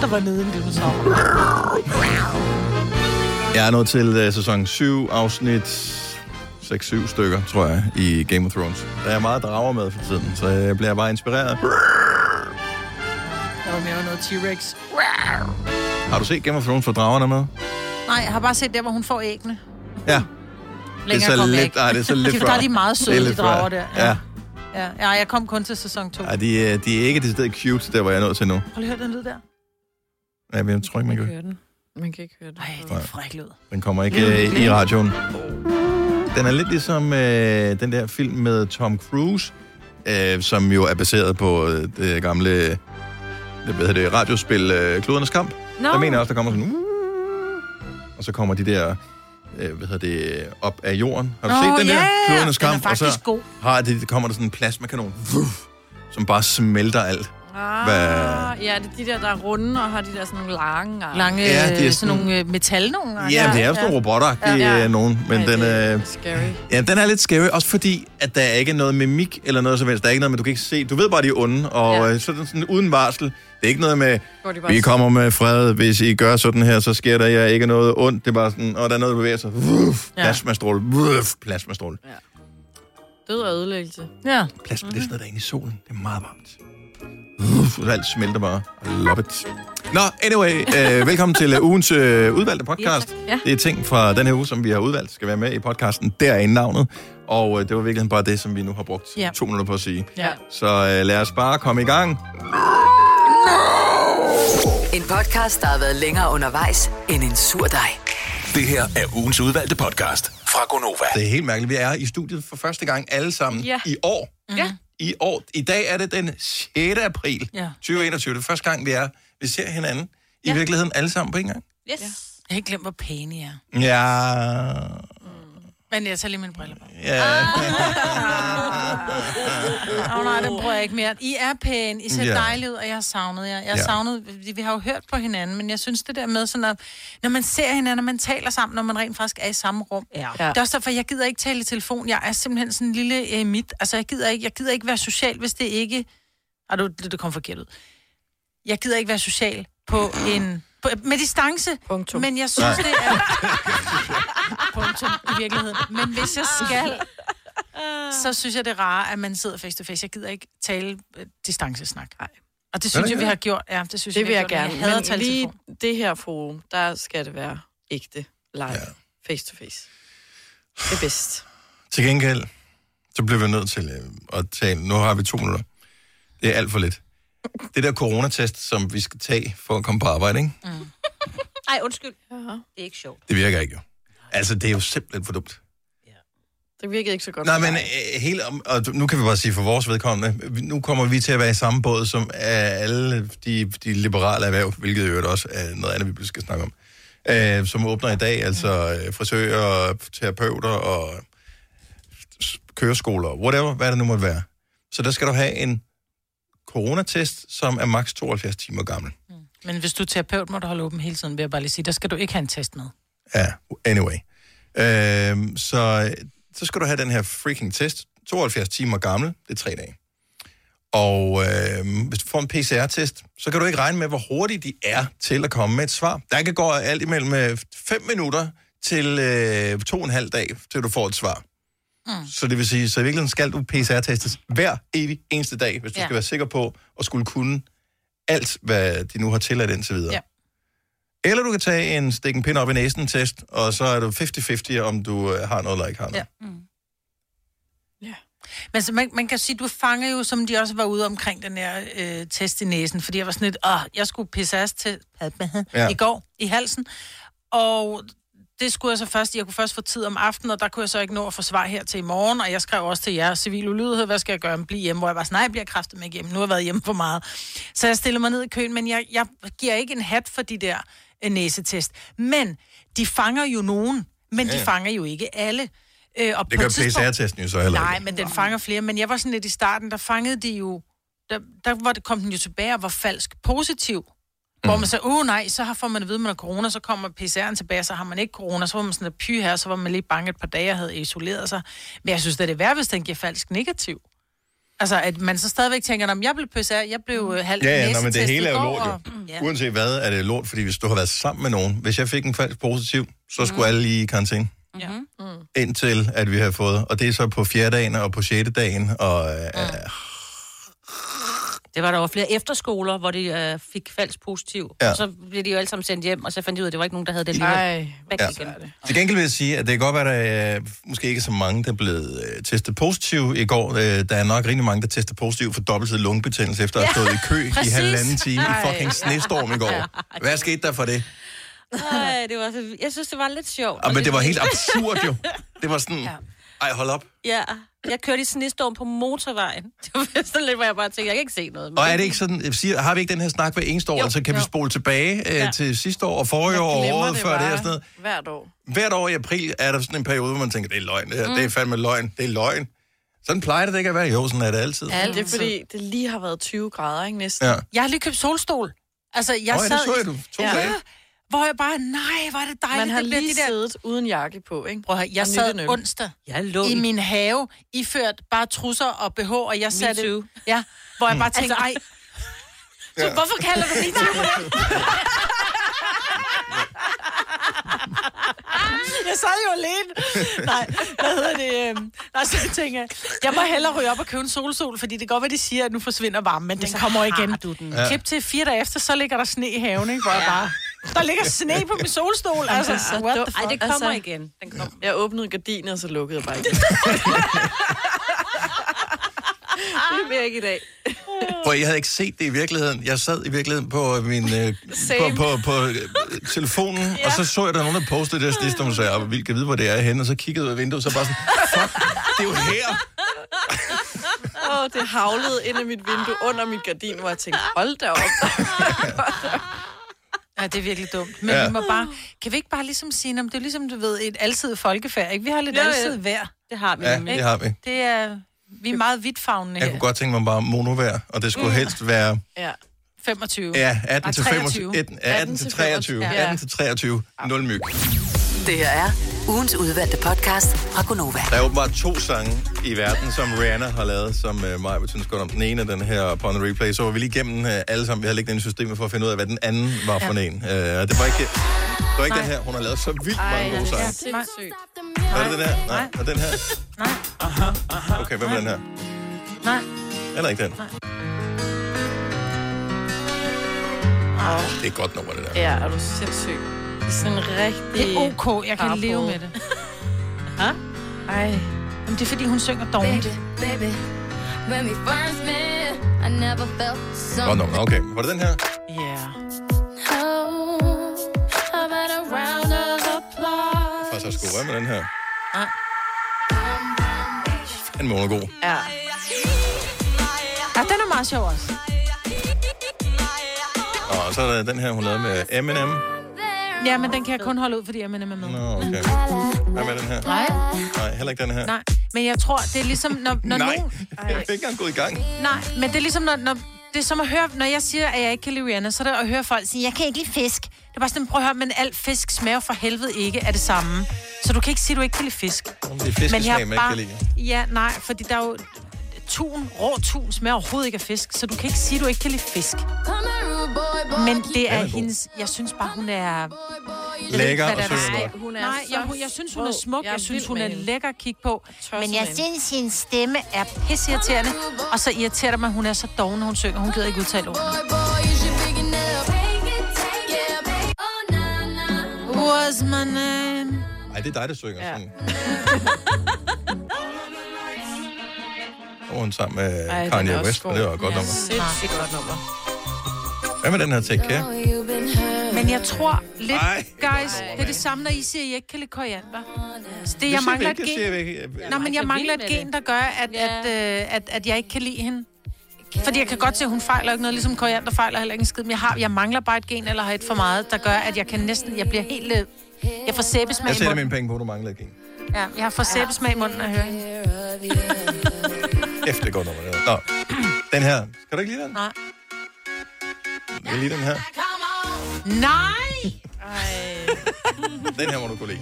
der var nede i en dinosaur. Jeg er nået til uh, sæson 7, afsnit 6-7 stykker, tror jeg, i Game of Thrones. Der er meget drager med for tiden, så jeg bliver bare inspireret. Der var mere noget T-Rex. Har du set Game of Thrones for dragerne med? Nej, jeg har bare set der, hvor hun får æggene. Ja, det er Længere så kom jeg lidt, ikke. nej, det er så lidt Der er de meget Det søde, er de lidt drager før. der. Ja. ja. Ja, jeg kom kun til sæson 2. Ej, Prøv de, er- de er ikke det sted cute, der hvor jeg er nået til nu. lige at høre den lyd der. Ja, men Jeg tror ikke, Man man kan kan. høre den. Man kan ikke høre den. Ej, det er en fræk lyd. Den kommer ikke øh, i radioen. Den er lidt ligesom øh, den der film med Tom Cruise, øh, som jo er baseret på øh, det gamle øh, det, hvad hedder det, radiospil øh, Klodernes Kamp. Nå, Der mener jeg også, der kommer sådan... "Uh", Og så kommer de der, øh, hvad hedder det, op af jorden. Har du set den der? Klodernes den er Kamp. faktisk og så god. har de, der kommer der sådan en plasmakanon, vuf, som bare smelter alt. Hvad- Ah, ja, det er de der, der er runde og har de der sådan nogle lange arme. Lange, Ja, det er ja, sådan, sådan- sådan nogle øh, metal nogen. Ja, ja det er jo sådan nogle robotter, ja, Ja. ja. nogen, men Ej, den, det er øh, Scary. ja, den er lidt scary, også fordi, at der er ikke noget mimik eller noget som helst. Der er ikke noget, men du kan ikke se. Du ved bare, de er onde, og Ja. ja. sådan, sådan uden varsel. Det er ikke noget med, Går de vi bare kommer med fred, hvis I gør sådan her, så sker der jer ikke noget ondt. Det er bare sådan, og der er noget, der bevæger sig. Vuf, Ja. plasmastråle, vuf, plasmastråle. død og ødelæggelse. Ja. Plasma, Mhm. det er sådan noget, der er inde i solen. Det er meget varmt. Vuf, og alt smelter bare. I love it. Nå, anyway, øh, velkommen til øh, ugens øh, udvalgte podcast. Ja, tak. Ja. Det er ting fra den her uge, som vi har udvalgt, skal være med i podcasten. Der er navnet. Og øh, det var virkelig bare det, som vi nu har brugt Ja. to minutter på at sige. Ja. Så øh, lad os bare komme i gang. En podcast, der har været længere undervejs end en sur dej. Det her er ugens udvalgte podcast fra Gonova. Det er helt mærkeligt. Vi er i studiet for første gang alle sammen Ja. Mhm. i år. Ja. I år. I dag er det den 6. april Ja. 2021. Det er første gang, vi er. Vi ser hinanden. I ja. virkeligheden alle sammen på en gang. Yes. Jeg har ikke glemt, hvor pæne I er. Ja. Men jeg tager lige mine briller på. Ja. Åh oh, nej, den bruger jeg ikke mere. I er pæne, I ser Ja. yeah. dejlige ud, og jeg har savnet jer. Jeg har Ja. yeah. savnet, vi- vi har jo hørt på hinanden, men jeg synes det der med sådan at, når man ser hinanden, og man taler sammen, når man rent faktisk er i samme rum. Ja. Det er også derfor, jeg gider ikke tale i telefon. Jeg er simpelthen sådan en lille øh, mit. Altså, jeg gider ikke, jeg gider ikke være social, hvis det ikke... Ah, du, det kom forkert ud. Jeg gider ikke være social på en... På, med distance. Punktum. Men jeg synes, det er... Punktum i virkeligheden. Men hvis jeg skal, så synes jeg, det er rare, at man sidder face to face. Jeg gider ikke tale øh, distancesnak. Nej. Og det synes det jeg, vi ikke? har gjort. Ja, det synes Det jeg, vil vi har jeg gjort, gerne. men Jeg hader at Men tale lige... lige telefon. det her forum, der skal det være ægte, live, face to face. Det er bedst. Til gengæld, så bliver vi nødt til øh, at tale. Nu har vi to minutter. Det er alt for lidt. Det der coronatest, som vi skal tage for at komme på arbejde, ikke? Ej, undskyld. Det er ikke sjovt. det virker ikke jo. Altså, det er jo simpelthen for dumt. Det virkede ikke så godt. Nej, for men mig. øh, hele, om- og nu kan vi bare sige for vores vedkommende, vi- nu kommer vi til at være i samme båd som øh, alle de, de liberale erhverv, hvilket jo også er noget andet, vi skal snakke om, øh, som åbner i dag, altså øh, frisører, terapeuter og s- køreskoler, whatever, hvad det nu måtte være. Så der skal du have en coronatest, som er maks 72 timer gammel. Men hvis du er terapeut, må du holde åben hele tiden, vil jeg bare lige sige. Der skal du ikke have en test med. Ja, anyway. Øhm, så, så skal du have den her freaking test. 72 timer gammel, det er tre dage. Og øhm, hvis du får en PCR-test, så kan du ikke regne med, hvor hurtigt de er til at komme med et svar. Der kan gå alt imellem 5 minutter til øh, to og en halv dag, til du får et svar. Mm. Så det vil sige, så i virkeligheden skal du PCR-testes hver evig eneste dag, hvis du ja. Ja. skal være sikker på at skulle kunne alt, hvad de nu har tilladt indtil videre. Ja. Eller du kan tage en stik en pind op i næsen test, og så er du 50-50, om du øh, har noget eller ikke har noget. Men så man, man kan sige, du fanger jo, som de også var ude omkring, den her øh, test i næsen, fordi jeg var sådan lidt, åh, jeg skulle pissas til Ja. ja. i går i halsen, og det skulle jeg så først, jeg kunne først få tid om aftenen, og der kunne jeg så ikke nå at få svar her til i morgen, og jeg skrev også til jer, civil ulydighed, hvad skal jeg gøre, blive hjemme, hvor jeg var sådan, nej, jeg bliver kraftet med hjemme, nu har jeg været hjemme for meget. Så jeg stiller mig ned i køen, men jeg, jeg giver ikke en hat for de der øh, næsetest. Men de fanger jo nogen, men ja. de fanger jo ikke alle. Øh, og Det på gør et tidspunkt- PCR-testen jo så heller Nej, ikke. men den fanger flere. Men jeg var sådan lidt i starten, der fangede de jo... Der, der var det, kom den jo tilbage og var falsk positiv. Hvor Mm. man sagde, åh nej, så har- får man at vide, at man har corona, så kommer PCR'en tilbage, så har man ikke corona, så var man sådan et py her, så var man lige bange et par dage og havde isoleret sig. Men jeg synes, det er det værd, hvis den giver falsk negativ. Altså, at man så stadigvæk tænker, om jeg blev pøs af, jeg blev øh, halvt Ja, ja, nå, men det næsetestet hele er i jo går, lort jo. og- Mm, Ja. Uanset hvad er det lort, fordi hvis du har været sammen med nogen, hvis jeg fik en falsk positiv, så Mm. skulle alle lige i karantæne. Ja. Mm. Indtil at vi har fået, og det er så på fjerde dagen og på sjette dagen, og øh, Mm. Det var der jo flere efterskoler, hvor de øh, fik falsk positiv. Ja. Ja. Og så blev de jo alle sammen sendt hjem, og så fandt de ud af, at det var ikke nogen, der havde det lige. Ej, Back Ja. ja. igen. Til gengæld vil jeg sige, at det kan godt være, at der er måske ikke så mange, der er blevet øh, testet positiv i går. Øh, der er nok rigtig mange, der tester positiv for dobbeltsidig lungebetændelse, efter at have stået i kø i præcis. halvanden time i Ej. fucking snestorm i går. Hvad skete der for det? Ej, det var så... Jeg synes, det var lidt sjovt. Ah, og men lidt det var helt vildt. absurd jo. Det var sådan, ej hold op. Ja, jeg kørte i snestorm på motorvejen. Det var sådan lidt, hvor jeg bare tænkte, jeg kan ikke se noget. Men Og er det ikke sådan, jeg siger, har vi ikke den her snak hver eneste år, så altså, kan vi spole tilbage øh, Ja. til sidste år og forrige år og året før det og sådan noget. hvert år. Hvert år i april er der sådan en periode, hvor man tænker, det er løgn, det, her, mm. det er fandme løgn, det er løgn. Sådan plejer det ikke at være. Jo, sådan er det altid. Ja. Det er fordi, det lige har været 20 grader, ikke næsten? ja. Jeg har lige købt solstol. Altså, jeg Jeg Nå, ja, sad... det så jeg, du to ja. Ja. dage. Hvor jeg bare, nej, hvor er det dejligt. Man har det bliver lige de der... siddet uden jakke på, ikke? Prøv at høre, jeg Og sad nyttenøl. onsdag Jeg lå i i min have, iført bare trusser og BH, og jeg satte... too. Ja, hvor jeg bare tænkte, ej... Så hvorfor kalder du det Jeg sad jo alene. Nej, hvad hedder det? øhm, Nej, så tænker jeg, jeg må hellere ryge op og købe en solsol, fordi det kan godt være, de siger, at nu forsvinder varmen, men den kommer igen. Du den. Ja. Klip til fire dage efter, så ligger der sne i haven, ikke? Hvor jeg bare... Der ligger sne på min solstol, altså. så What the dumt. Ej, det kommer Altså- altså... igen. Den kommer. Jeg åbnede gardinet, og så lukkede jeg bare igen. det vil jeg ikke i dag. Prøv, jeg havde ikke set det i virkeligheden. Jeg sad i virkeligheden på øh, min øh, på, Same. på, på øh, telefonen, ja. og så så jeg, der var nogen, der postede det her sidste, og så jeg, vildt "Ah, kan vide, hvor det er henne, og så kiggede jeg ud af vinduet, så bare sådan, fuck, det er jo her. Åh, oh, det havlede ind i mit vindue under mit gardin, hvor jeg tænkte, hold da op. Ja, det er virkelig dumt. Men Ja. ja. vi må bare... Kan vi ikke bare ligesom sige, om det er ligesom, du ved, et alsidigt folkefærd, ikke? Vi har lidt Jo, ja, jo. alsidigt vejr. Det har vi Ja, nemlig. det har vi. Det er... Vi er meget vidtfavnende Jeg her. kunne godt tænke mig bare monovær, og det skulle helst være ja. 25. ja, 18 til 25, 23. 18, 18 til 23, Ja. 18 til 23, 0 myg. Det her er ugens udvalgte podcast fra Gonova. Der er åbenbart to sange i verden, som Rihanna har lavet, som øh, mig vil synes godt om. Den ene er den her på en replay, så var vi lige igennem øh, alle sammen. Vi har ligget den i systemet for at finde ud af, hvad den anden var for en. Øh, og det var ikke, det var ikke den her. Hun har lavet så vildt mange gode sange. Sindssygt. Var det den her? Nej. Og den her? Nej. Okay, hvad med den her? Nej. Heller ikke den. Ah, Det er et godt nummer, det der. Ja, er du sindssyg. Det er sådan en rigtig... Det er ok, jeg kan Barbo. leve med det. Ej. Jamen, det er, fordi hun synger dårligt. Baby, baby, when we first met, I never felt so. Åh, oh, no, okay. Var det den her? Ja. Oh, I've had a round of applause. Faktisk også god. Hvad med den her? Nej. Fandme, hun er god. Ja. Ja, den er meget sjov også. Og så er der den her, hun lavede med M&M. Eminem. Ja, men den kan jeg kun holde ud, fordi jeg mener med. Nå, okay. Hvad med den her? Nej, Nej, heller ikke den her. nej. Men jeg tror, det er ligesom, når, når Nej, nogen... jeg er ikke engang gået i gang. Nej, men det er ligesom, når, når, det er som at høre, når jeg siger, at jeg ikke kan lide Rihanna, så er det at høre folk sige, jeg kan ikke lide fisk. Det er bare sådan, prøv at høre, men al fisk smager for helvede ikke af det samme. Så du kan ikke sige, at du ikke kan lide fisk. Det er Men fiskesmag, jeg man ikke kan bare... lide. Ja, nej, fordi der er jo... Tun, rå tun smager overhovedet ikke af fisk, så du kan ikke sige, at du ikke kan lide fisk. Come here, rude boy, boy. Men det er er god. hendes... Jeg synes bare, hun er... Lækker hvad og der er- sød. godt. Hun Nej, jeg, hun- jeg synes, hun er smuk. Jeg synes, hun er lækker at kigge på. Men jeg synes, hendes stemme er pissirriterende. Og så irriterer det mig, at hun er så doven, når hun synger. Hun gider ikke udtale ordene. Boy, boy, you should pick it up. Take it, take it, baby. Oh, nah, nah. Was my name? Ej, det er dig, der synger Ja. sådan. Og hun sammen med Ej, den er Kanye også West, men god. det var et godt Ja. nummer. Sindssygt godt nummer. Hvad med den her Take Care? Oh, you've been hurt. Men jeg tror lidt, Ej. guys, det er det samme, når I siger, at I ikke kan lide koriander. Så det, Det jeg siger vi mangler et ikke, det siger øh, gen. vi ikke. Nå, men jeg jeg er mangler vild et med gen, der gør, at, Ja. at, øh, at, at jeg ikke kan lide hende. Fordi jeg kan godt se, at hun fejler ikke noget, ligesom koriander fejler heller ikke en skid. Men jeg, har, jeg mangler bare et gen eller har et for meget, der gør, at jeg kan næsten... Jeg bliver helt... øh, Jeg får sæbesmag Jeg i sætter munden. mine penge på, at du mangler et gen. Ja, jeg har fået sæbesmag i munden af at høre Øh. hende. Efter godt nummer. det der. Nå, den her. Skal du ikke lide den? Nej. Jeg lide den her. Nej! Den her må du kunne lide.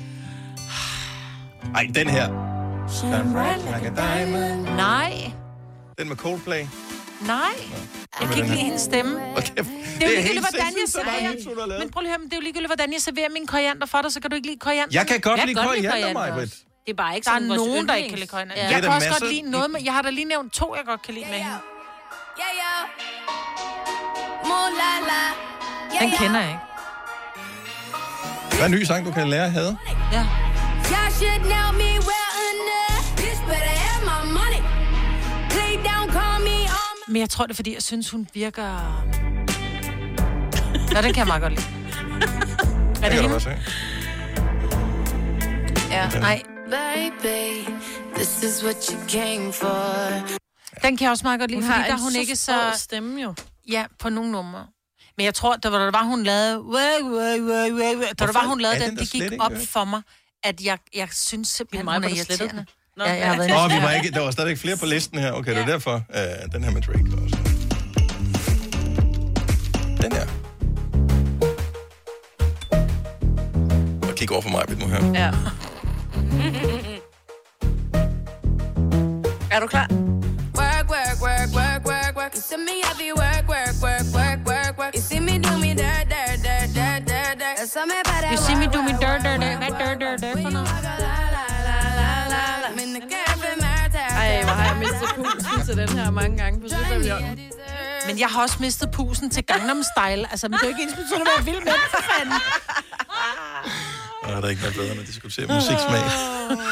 Ej, den her. Nej! Den med Coldplay. Nej, jeg kan den ikke her. lide hendes stemme. Og kæft, Det er jo helt ligegyldigt, hvordan jeg sindssygt, så mange hits, hun har serverer. lavet. Men prøv lige at høre, men det er jo ligegyldigt, hvordan jeg serverer min koriander for dig, så kan du ikke lide koriander. Jeg kan godt Jeg lide kan godt lide koriander, koriander Majbrit. også. Det er bare ikke Der er sådan vores nogen, der ikke yndlings. kan lide koriander. Ja. Ja. Det er Jeg kan der også godt masser- lide noget med... Jeg har da lige nævnt to, jeg godt kan lide med hende. Yeah, yeah. Moolah la. Yeah, Den yeah. kender jeg ikke. Hvad er en ny sang, du kan lære at have? Ja. Y'all should know me well enough. This better have my money. Play down, call me on my. Men jeg tror, det er, fordi jeg synes, hun virker... Nå, den kan jeg meget godt lide. Er Det det kan du hende? også have. Nej, Baby, this is what you came for. den kan jeg også meget godt lide, Hun fordi har der en er hun ikke sprød så... stemme jo. Ja, på nogle numre. Men jeg tror, det var, da var hun lavede... Way, way, way, way, way. Da der var Hvorfor hun lavede er den, den der det gik slet ikke, op Jojo? for mig, at jeg, jeg synes simpelthen, mig, hun er hvor du slettede irriterende. Nå. Ja, jeg har været inde Åh, og vi var ikke, der var stadigvæk flere på listen her. Okay, det er derfor. Uh, den her med Drake også. Den her. Og kig over for mig, nu her. Ja. er du klar? Work, work, work, work, work, work. You see me heavy work, work, work, work, work, work. You see me do me dirt, dirt, dirt, dirt, dirt, dirt. That's all me about that You see me work, do me work, dirt, work, dirt, dirt. work, Hvad work, dirt, dirt, dirt for noget? work, work. La, la, la, la, la, la. Men det kan jeg finde mig til. Ej, hvor har jeg mistet pulsen til den her mange gange på Superbjørn. Men jeg har også mistet pusen til Gangnam Style. Altså, men det er jo ikke ens betydende at være vild med den, for fanden. Og der er ikke noget bedre, end at diskutere Ah. musiksmag.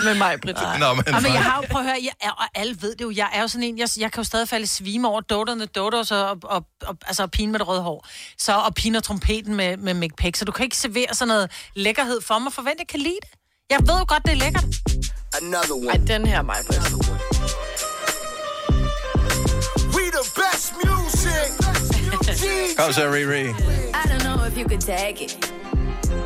Med mig, Britt. Nå, men, Ja, Ah, men jeg har jo, prøv at høre, jeg er, og alle ved det jo, jeg er jo sådan en, jeg, jeg kan jo stadig falde i svime over doterne, dodos og, og, og, og altså og pigen med det røde hår. Så, og pigen og trompeten med, med Mick Peck. Så du kan ikke servere sådan noget lækkerhed for mig. Forvent, jeg kan lide det. Jeg ved jo godt, det er lækkert. Another Ej, one. den her mig, Britt. We the best music. Kom så, Riri. I don't know if you could take it.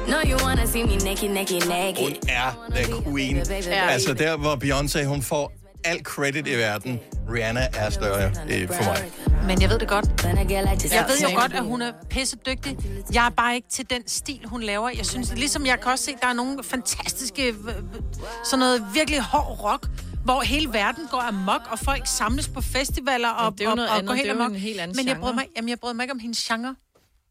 No, you wanna see me naked, naked, Hun naked. er the queen. Altså, der hvor Beyoncé, hun får alt credit i verden. Rihanna er større øh, for mig. Men jeg ved det godt. When I get like this, Jeg ved same jo godt, at hun er pisse dygtig. Jeg er bare ikke til den stil, hun laver. Jeg synes, ligesom jeg kan også se, der er nogle fantastiske, øh, øh, sådan noget virkelig hård rock, hvor hele verden går amok, og folk samles på festivaler og, det er jo og, noget og andet. går helt Det er jo amok. en helt anden Men jeg bryder, genre. mig, jamen, jeg bryder mig ikke om hendes genre.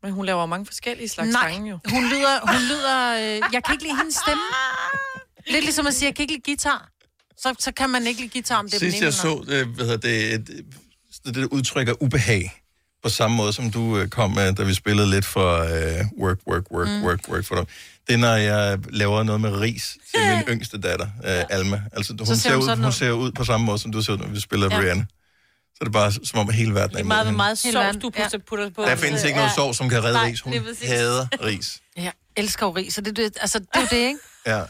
Men hun laver mange forskellige slags Nej, sange jo. hun lyder, hun lyder øh, jeg kan ikke lide hendes stemme. Ah! Lidt ligesom at sige, jeg kan ikke lide guitar. Så, så kan man ikke lide guitar, om det er den Sidst jeg ene eller den så, øh, hvad hedder det, det, det, det udtrykker ubehag, på samme måde som du øh, kom med, da vi spillede lidt for øh, work, work, work, mm. work, work for dig. Det er, når jeg laver noget med ris til min yngste datter, øh, Alma. Altså, hun, ser ser, hun ud, sådan hun ud. ser ud på samme måde, som du ser ud, når vi spiller ja. Rihanna. Så er det bare som om hele verden er Det er imod meget, hvor hende. meget Hele sovs, verden. du putter, putter på. Der findes ikke noget sov, som kan redde Nej, ris. Hun det er præcis. hader ris. anden. Jeg elsker jo ris, så det, det, altså, det er jo det, ikke? Ja.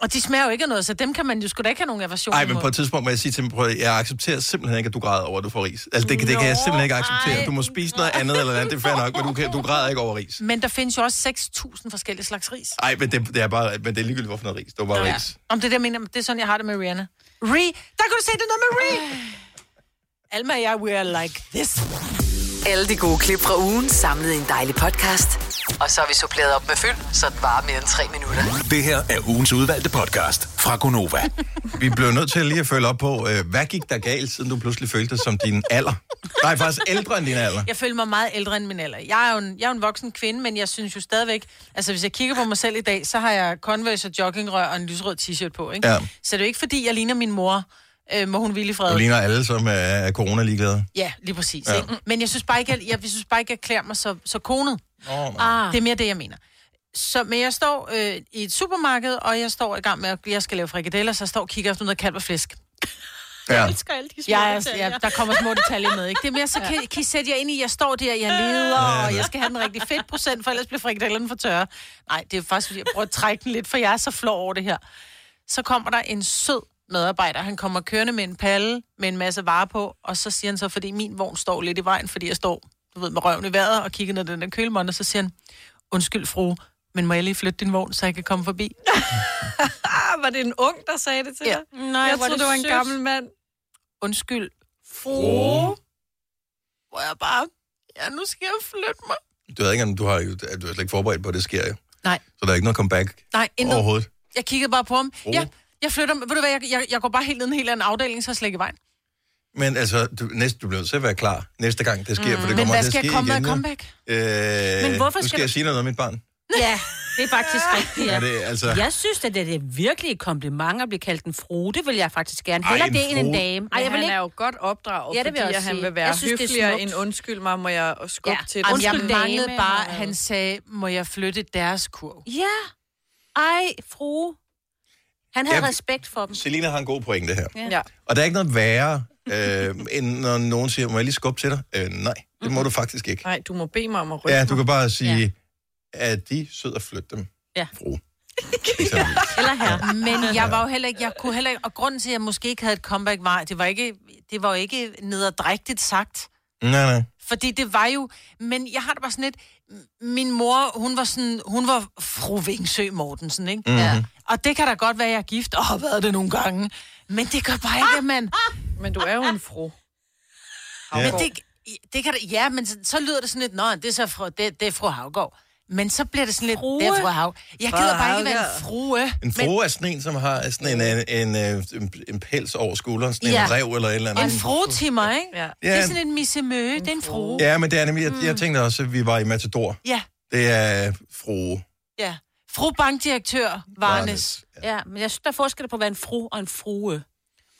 Og de smager jo ikke af noget, så dem kan man jo sgu da ikke have nogen aversion Ej, men på imod. et tidspunkt må jeg sige til dem, prøv, at- jeg accepterer simpelthen ikke, at du græder over, at du får ris. Altså, det, det kan jeg simpelthen ikke acceptere. Du må spise noget andet eller andet, det er fair nok, men du, kan, du græder ikke over ris. Men der findes jo også 6.000 forskellige slags ris. Ej, men det, det er bare, men det er ligegyldigt, hvorfor noget ris. Det var bare ja. ris. Om det er det, jeg mener, det er sådan, jeg har det med Rihanna. Ri, der kan du se det er noget med Ri. Øh. Alma og jeg, we are like this. Alle de gode klip fra ugen samlet i en dejlig podcast. Og så har vi suppleret op med fyld, så det varer mere end tre minutter. Det her er ugens udvalgte podcast fra Gonova. Vi blev nødt til lige at følge op på, øh, hvad gik der galt, siden du pludselig følte dig som din alder? Nej, faktisk ældre end din alder. Jeg føler mig meget ældre end min alder. Jeg er jo en, jeg er jo en voksen kvinde, men jeg synes jo stadigvæk... Altså, hvis jeg kigger på mig selv i dag, så har jeg Converse og joggingrør og en lysrød t-shirt på, ikke? Ja. Så det er jo ikke, fordi jeg ligner min mor, øh, må hun hvile i fred. Du ligner alle, som er, er corona-ligeglade. Ja, lige præcis. Ja. Ikke? Men jeg synes bare ikke, jeg, jeg, jeg synes bare ikke, jeg klæder mig så, så konet. Oh, Ah. Det er mere det, jeg mener. Så, men jeg står øh, i et supermarked, og jeg står i gang med, at jeg skal lave frikadeller, så jeg står og kigger efter noget kalv og flæsk. ja. Jeg elsker alle de små Jeg, er, detaljer. jeg, der kommer små detaljer med, ikke? Det er mere, så kan, kan I sætte jer ind i, jeg står der, jeg leder, og jeg skal have den rigtige fedtprocent, for ellers bliver frikadellerne for tørre. Nej, det er faktisk, fordi jeg prøver at trække den lidt, for jeg er så flov over det her. Så kommer der en sød medarbejder, han kommer kørende med en palle, med en masse varer på, og så siger han så, fordi min vogn står lidt i vejen, fordi jeg står, du ved, med røven i vejret og kigger ned ad den der kølemånd, og så siger han, undskyld fru, men må jeg lige flytte din vogn, så jeg kan komme forbi? Ah, var det en ung, der sagde det til Ja. dig? Nej, jeg hvor er troede, det var en sødt. gammel mand. Undskyld, Oh. hvor jeg bare, ja, nu skal jeg flytte mig. Du ved ikke, om du har, du er slet ikke forberedt på, at det sker jo. Nej. Så der er ikke noget comeback Nej, intet. overhovedet. Jeg kiggede bare på ham. Fru. Ja, jeg flytter, ved du hvad, jeg, jeg, jeg går bare helt ned i en helt anden afdeling, så er jeg slet ikke i vejen. Men altså, du, næste, du bliver nødt til at være klar næste gang, det sker, mm. for det Men kommer hvad til at skal ske komme af igen. jo. comeback? Øh, Men hvorfor nu skal skal jeg du- sige noget om mit barn. Ja, det er faktisk rigtigt, ja. Ja. Er det, altså, Jeg synes, at det er det virkelige kompliment at blive kaldt en frue. Det vil jeg faktisk gerne. Ej, Heller en det end en frue. dame. Ej, Ej, jeg vil han ikke. er jo godt opdraget, ja, Ja, det det vil jeg fordi også han sige. vil være Jeg synes, det er høfligere smukt. end undskyld mig, må jeg skubbe Ja, ja. til ej, dig. Jamen, Undskyld, jeg dame, manglede bare, eller- han sagde, må jeg flytte deres kurv? Ja. Ej, frue. Han havde Jeg- respekt for dem. Selina har en god pointe her. Ja. ja. Og der er ikke noget værre, øh, end når nogen siger, må jeg lige skubbe til dig? Øh, nej, det må du faktisk ikke. Nej, du må bede mig om at rykke Ja, du mig. kan bare sige, er de sød at flytte dem? Ja. Fru. Eksempelvis. Eller her. Men jeg var jo heller ikke, jeg kunne heller ikke, og grunden til, at jeg måske ikke havde et comeback, var, at det var ikke, det var jo ikke nederdrægtigt sagt. Nej, nej. Fordi det var jo, men jeg har det bare sådan lidt, m- min mor, hun var sådan, hun var fru Vingsø Mortensen, ikke? Mm-hmm. Mhm. Ja. Og det kan da godt være, at jeg er gift, og har været det nogle gange. Men det gør bare ikke, at man... Men du er jo en fru. Men det, det kan da, ja, men så, så lyder det sådan lidt, nå, det er så fru, det, det er fru Havgård. Men så bliver det sådan lidt, Frue. det er fru Hav. Jeg gider bare ikke være en frue. En frue er sådan en, som har sådan en, en, en, øh, en, en pels over skulderen, sådan Ja. en rev eller et eller andet. En frue til mig, ikke? Ja. Det Ja. er sådan en missemø, det er en frue. Ja, men det er nemlig, jeg, jeg tænkte også, at vi var i Matador. Ja, Det er frue. ja. Fru bankdirektør Varnes. Varnes. Ja, men jeg synes, der er forskel på at være en fru og en frue.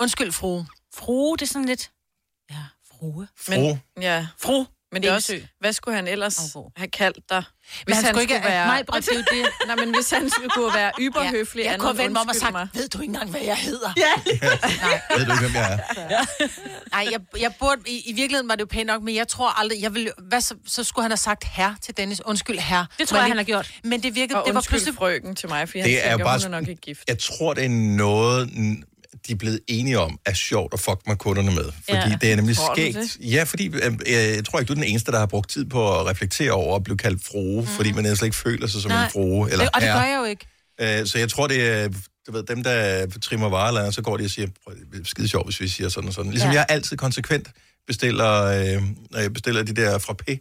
Undskyld, fru. Frue, det er sådan lidt... Ja, frue. Frue. Ja. Fru. Men det er Vingsø. også, hvad skulle han ellers Havgård. have kaldt dig? Men han skulle ikke have- Nej, Britt, det er jo det. Nej, men hvis han skulle kunne være yberhøflig, Jeg andet kunne end vende mig om og undskyld sagt, mig. ved du ikke engang, hvad jeg hedder? Ved du ikke, hvem jeg er? Nej, jeg, jeg burde, i, i virkeligheden var det jo pænt nok, men jeg tror aldrig, jeg ville, hvad så, så skulle han have sagt herre til Dennis. Undskyld, herre. Det tror Men jeg, han har gjort. Men det virkede, Og det var undskyld pludselig... frøken til mig, fordi Det han er tænker, bare hun er nok ikke gift. Jeg tror, det er noget, n- de er blevet enige om, er sjovt at fuck mig kunderne med. Fordi ja. Ja. det er nemlig Tror du skægt. Ja, fordi øh, øh, jeg tror ikke, du er den eneste, der har brugt tid på at reflektere over at blive kaldt frue, mm. fordi man ellers ikke føler sig som Nej. en Nej. frue eller Og det gør herre. jeg jo ikke. Øh, Så jeg tror, det er du ved, dem, der trimmer varer eller andet, så går de og siger, "Prøv, det er skide sjovt, hvis vi siger sådan og sådan. Ligesom ja. Ja. jeg altid konsekvent bestiller, øh, når jeg bestiller de der fra P, øh,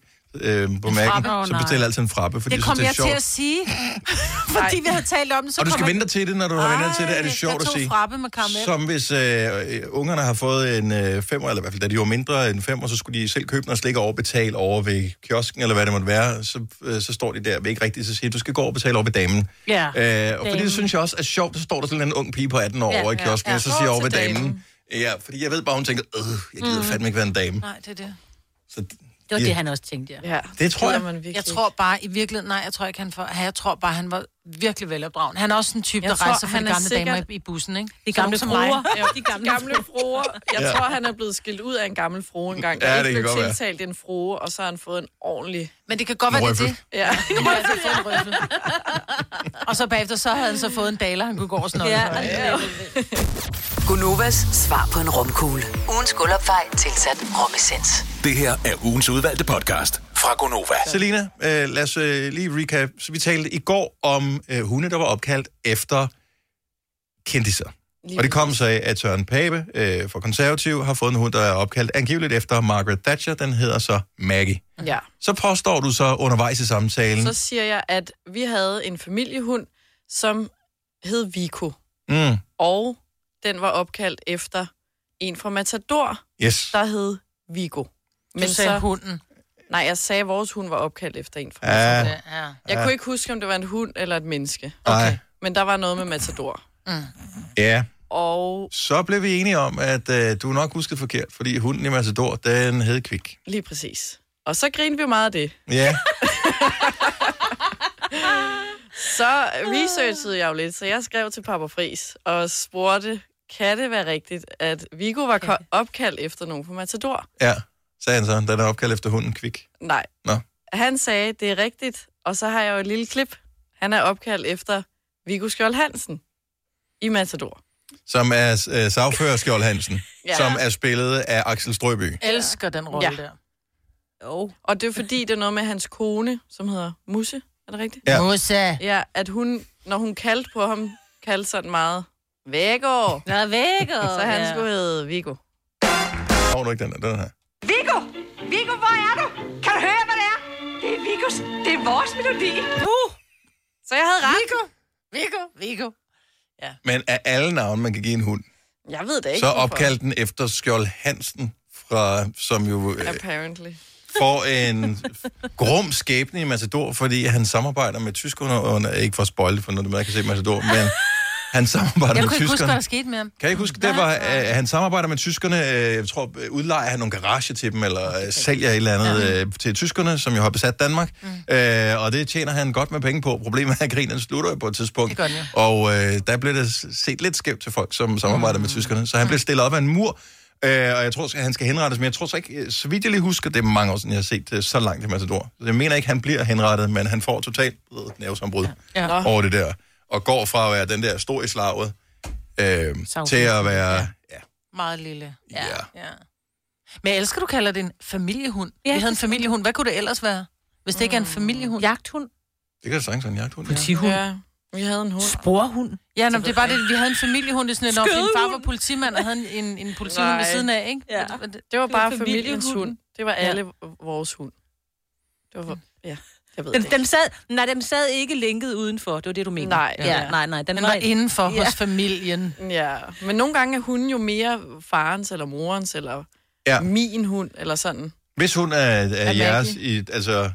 på mærken, frappe? Åh, så nej. bestiller jeg altid en frappe, fordi Det jeg kom synes, jeg det er sjovt. til at sige, fordi vi havde talt om det. Så Og du skal kom jeg- vente dig til det, når du har vendt dig til det, er det Ej, sjovt jeg at tog sige. frappe med karamel. Som hvis øh, øh, ungerne har fået en øh, femmer, eller i hvert fald da de var mindre end femmer, så skulle de selv købe den og slikke over betale over ved kiosken, eller hvad det måtte være. Så, øh, så står de der ved ikke rigtigt, så siger de, du skal gå over og betale over ved damen. Ja. Øh, og fordi det synes jeg også er sjovt, så står der sådan en ung pige på 18 år ja, over i kiosken, ja, ja. og så Gå siger jeg over over ved til damen. damen. Ja, fordi jeg ved bare, hun tænker, øh, jeg gider mm. fandme ikke være en dame. Nej, det er det. Så, det Det var Ja. det, han også tænkte, ja. Ja, Det tror gider jeg. Man virkelig Jeg tror bare, i virkeligheden, nej, jeg tror ikke, han for, jeg tror bare, han var virkelig velopdragen. Han er også en type, Jeg der tror, rejser for de han er gamle sikkert... damer sikkert- i, i bussen, ikke? De gamle Sådan nogen fruer. som mig. Ja, de gamle, gamle fruer. Jeg Ja. ja. tror, han er blevet skilt ud af en gammel frue engang. Ja, Der det ikke kan blev godt være. tiltalt en frue, og så har han fået en ordentlig... Men det kan godt være, det er Røffel. det. Ja. Ja, det er fået en røffel. og så bagefter, så havde han så fået en daler, han kunne gå over sådan noget. Ja. Gunovas svar på en romkugle. Ugens guldopfej tilsat romessens. Det her er ugens udvalgte podcast fra Gonova. Selina, øh, lad os øh, lige recap. Så vi talte i går om øh, hunde, der var opkaldt efter kendiser. Og det kom så af, at Søren Pape øh, fra Konservativ har fået en hund, der er opkaldt angiveligt efter Margaret Thatcher. Den hedder så Maggie. ja. Så påstår du så undervejs i samtalen, Så siger jeg, at vi havde en familiehund, som hed Vico. mm, Og den var opkaldt efter en fra Matador, yes, der hed Vigo. Men Du sagde så, hunden. nej, jeg sagde, at vores hund var opkaldt efter en fra Matador. ja, Ja. ja. Jeg kunne ikke huske, om det var en hund eller et menneske. okay. Men der var noget med Matador. ja. Og Så blev vi enige om, at øh, du nok huskede forkert, fordi hunden i Matador, den hed Kvik. lige præcis. Og så grinede vi meget af det. Ja, Så researchede jeg jo lidt, så jeg skrev til Papa Fris og spurgte, kan det være rigtigt, at Vigo var ko- opkaldt efter nogen fra Matador? ja, sagde han så. Den er opkaldt efter hunden Kvik. Nej. Nå. Han sagde, det er rigtigt, og så har jeg jo et lille klip. Han er opkaldt efter Viggo Skjold Hansen i Matador. som er øh, sagfører Skjold Hansen, ja. Ja. som er spillet af Axel Strøby. Elsker den rolle Ja. der. Jo. Og det er fordi, det er noget med hans kone, som hedder Musse, er det rigtigt? Ja. Musa. Ja, at hun, når hun kaldte på ham, kaldte sådan meget, Vægård! Nå, væk, og... Så han skulle hedde Viggo. Har du ikke den, der? den her? Viggo! Viggo, hvor er du? Kan du høre, hvad det er? Det er Viggos. Det er vores melodi. Så jeg havde ret. Viggo, Viggo. Men af alle navne, man kan give en hund, Jeg ved det ikke. Så hvorfor. opkald den efter Skjold Hansen, fra, som jo øh, Apparently. får en grum skæbne i Matador, fordi han samarbejder med tyskerne, og nej, ikke for at spoil det for noget, man kan se Matador, men han samarbejder Jeg med kunne ikke huske, tyskerne. hvad der skete med ham. Kan I ikke huske, det var, øh, han samarbejder med tyskerne, øh, jeg tror, øh, udlejer han nogle garage til dem, eller øh, sælger et eller andet øh, til tyskerne, som jo har besat Danmark, Mm. øh, og det tjener han godt med penge på. Problemet er, at grinen slutter jo på et tidspunkt, Det gør den, ja. og øh, der blev det s- set lidt skævt til folk, som samarbejder Mm. med tyskerne, så han blev stillet op af en mur, øh, og jeg tror, at han skal henrettes, men jeg tror så ikke, øh, så vidt jeg lige husker, det er mange år siden, jeg har set øh, så langt i Matador. Så jeg mener ikke, han bliver henrettet, men han får totalt øh, nervesambrud Ja. ja. over det der, og går fra at være den der stor i slaget, øh, til at være... Ja. Meget lille. Ja. ja. Men jeg elsker, du kalder det en familiehund. Ja. Vi havde en familiehund. Hvad kunne det ellers være? Hvis det ikke er en Mm. familiehund? Jagthund. Det kan da sagtens være en jagthund. Ja. Politihund. Ja. Ja, vi havde en hund. Sporhund. Ja, nå, men det er bare det, vi havde en familiehund, det er sådan lidt, om din far var politimand og havde en, en, en politihund ved Nej. siden af, ikke? Ja. Hvad- hvad- Det var bare Det var familiens familiehunden. hund. Det var Ja. alle vores hund. Det var... Ja, jeg ved Mm. Den, det ikke. den sad, nej, den sad ikke linket udenfor. Det var det, du mener. Nej. ja. Ja, nej, nej. Den, Den var, var indenfor Ja. hos familien. Ja, men nogle gange er hunden jo mere farens eller morens eller Ja. ja. min hund eller sådan. Hvis hun er, er Øh, Maggie? jeres, i, altså...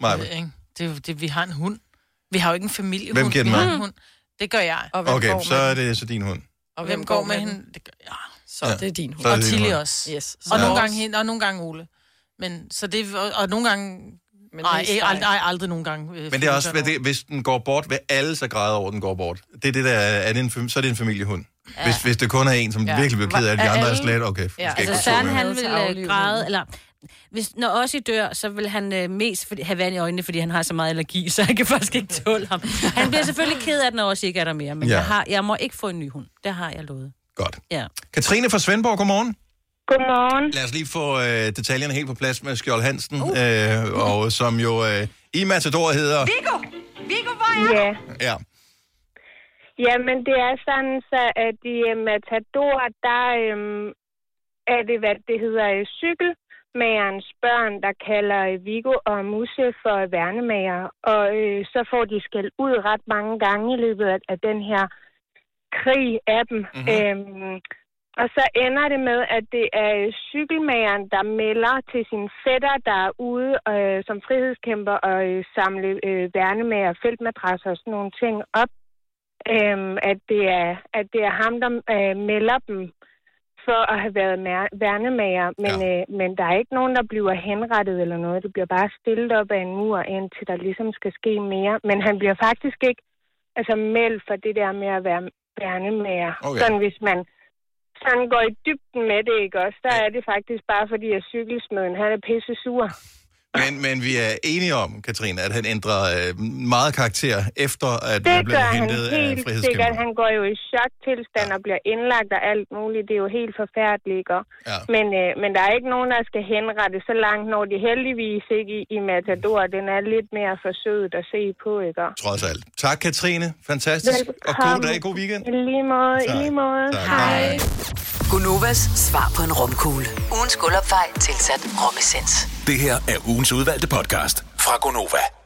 Nej, Jeg ved ikke. Det, er jo- det, vi har en hund. Vi har jo ikke en familiehund. Hvem giver den vi har mad? en hund. Det gør jeg. Og hvem okay, går så med er den? det så din hund. Og Og hvem går med hende? Det gør jeg. Så Ja. ja. det er din hund. Så er Og det din Tilly hund. også. Yes. Så Og Ja. nogle vores- gange hende, og nogle gange Ole. Men, så det, og, og nogle gange... Men Nej, mest ej, dig. ald- ej, aldrig nogle gange. øh, Men det er også, familie- hvad det, hvis den går bort, vil alle så græde over, at den går bort. Det er det der, er det en, fam- så er det en familiehund. Ja. Hvis, hvis det kun er en, som ja. Ja. virkelig bliver ked af, at de Er andre er alle- slet, okay, ja. Ja, skal Altså, ikke kunne Søren, tåle han... det. han Til vil at aflive øh, græde, hunden. eller... Hvis, når Ossie dør, så vil han øh, mest fordi, have vand i øjnene, fordi han har så meget allergi, så han kan faktisk ikke tåle ham. Han bliver selvfølgelig ked af, den, når Ossie ikke er der mere, men Ja. ja. jeg, har, jeg må ikke få en ny hund. Det har jeg lovet. Godt. Ja. Katrine fra Svendborg, godmorgen. Godmorgen. Lad os lige få øh, detaljerne helt på plads med Skjold Hansen, uh. øh, og som jo øh, i Matador hedder... Viggo! Viggo, hvor er du? Ja. Ja. Jamen, det er sådan så, at i øh, Matador, der øhm, er det, hvad det hedder, øh, cykelmagerens børn, der kalder øh, Vigo og Musse for værnemager. Og øh, så får de skæld ud ret mange gange i løbet af, af den her krig af dem. Mhm. Mm-hmm. Øhm, og så ender det med, at det er øh, cykelmageren, der melder til sin fætter, der er ude øh, som frihedskæmper og øh, samle øh, værnemager, feltmadrasser og sådan nogle ting op øhm, at, det er, at det er ham, der øh, melder dem for at have været mær- værnemager, men, Ja. ja. øh, men der er ikke nogen, der bliver henrettet eller noget. Det bliver bare stillet op af en mur, indtil der ligesom skal ske mere. Men han bliver faktisk ikke altså, meldt for det der med at være værnemager. Okay. Sådan hvis man sådan går i dybden med det, ikke også? Der er det faktisk bare fordi, at cykelsmeden, han er pisse sur. Men, men vi er enige om, Katrine, at han ændrer øh, meget karakter, efter at Det han blev gør han hentet af helt sikkert. frihedskæmper. Han går jo i choktilstand ja. og bliver indlagt og alt muligt. Det er jo helt forfærdeligt, ikke? Ja. Men, øh, men der er ikke nogen, der skal henrette så langt, når de heldigvis ikke i, i Matador. Mm. Den er lidt mere forsøget at se på, ikke? Trods alt. Tak, Katrine. Fantastisk. Og god dag, god weekend. I lige måde, i Tak. lige måde. Tak. Hej. Gunovas svar på en romkugle. Ugens guldopfej tilsat romessens. Det her er ugens udvalgte podcast fra Gonova.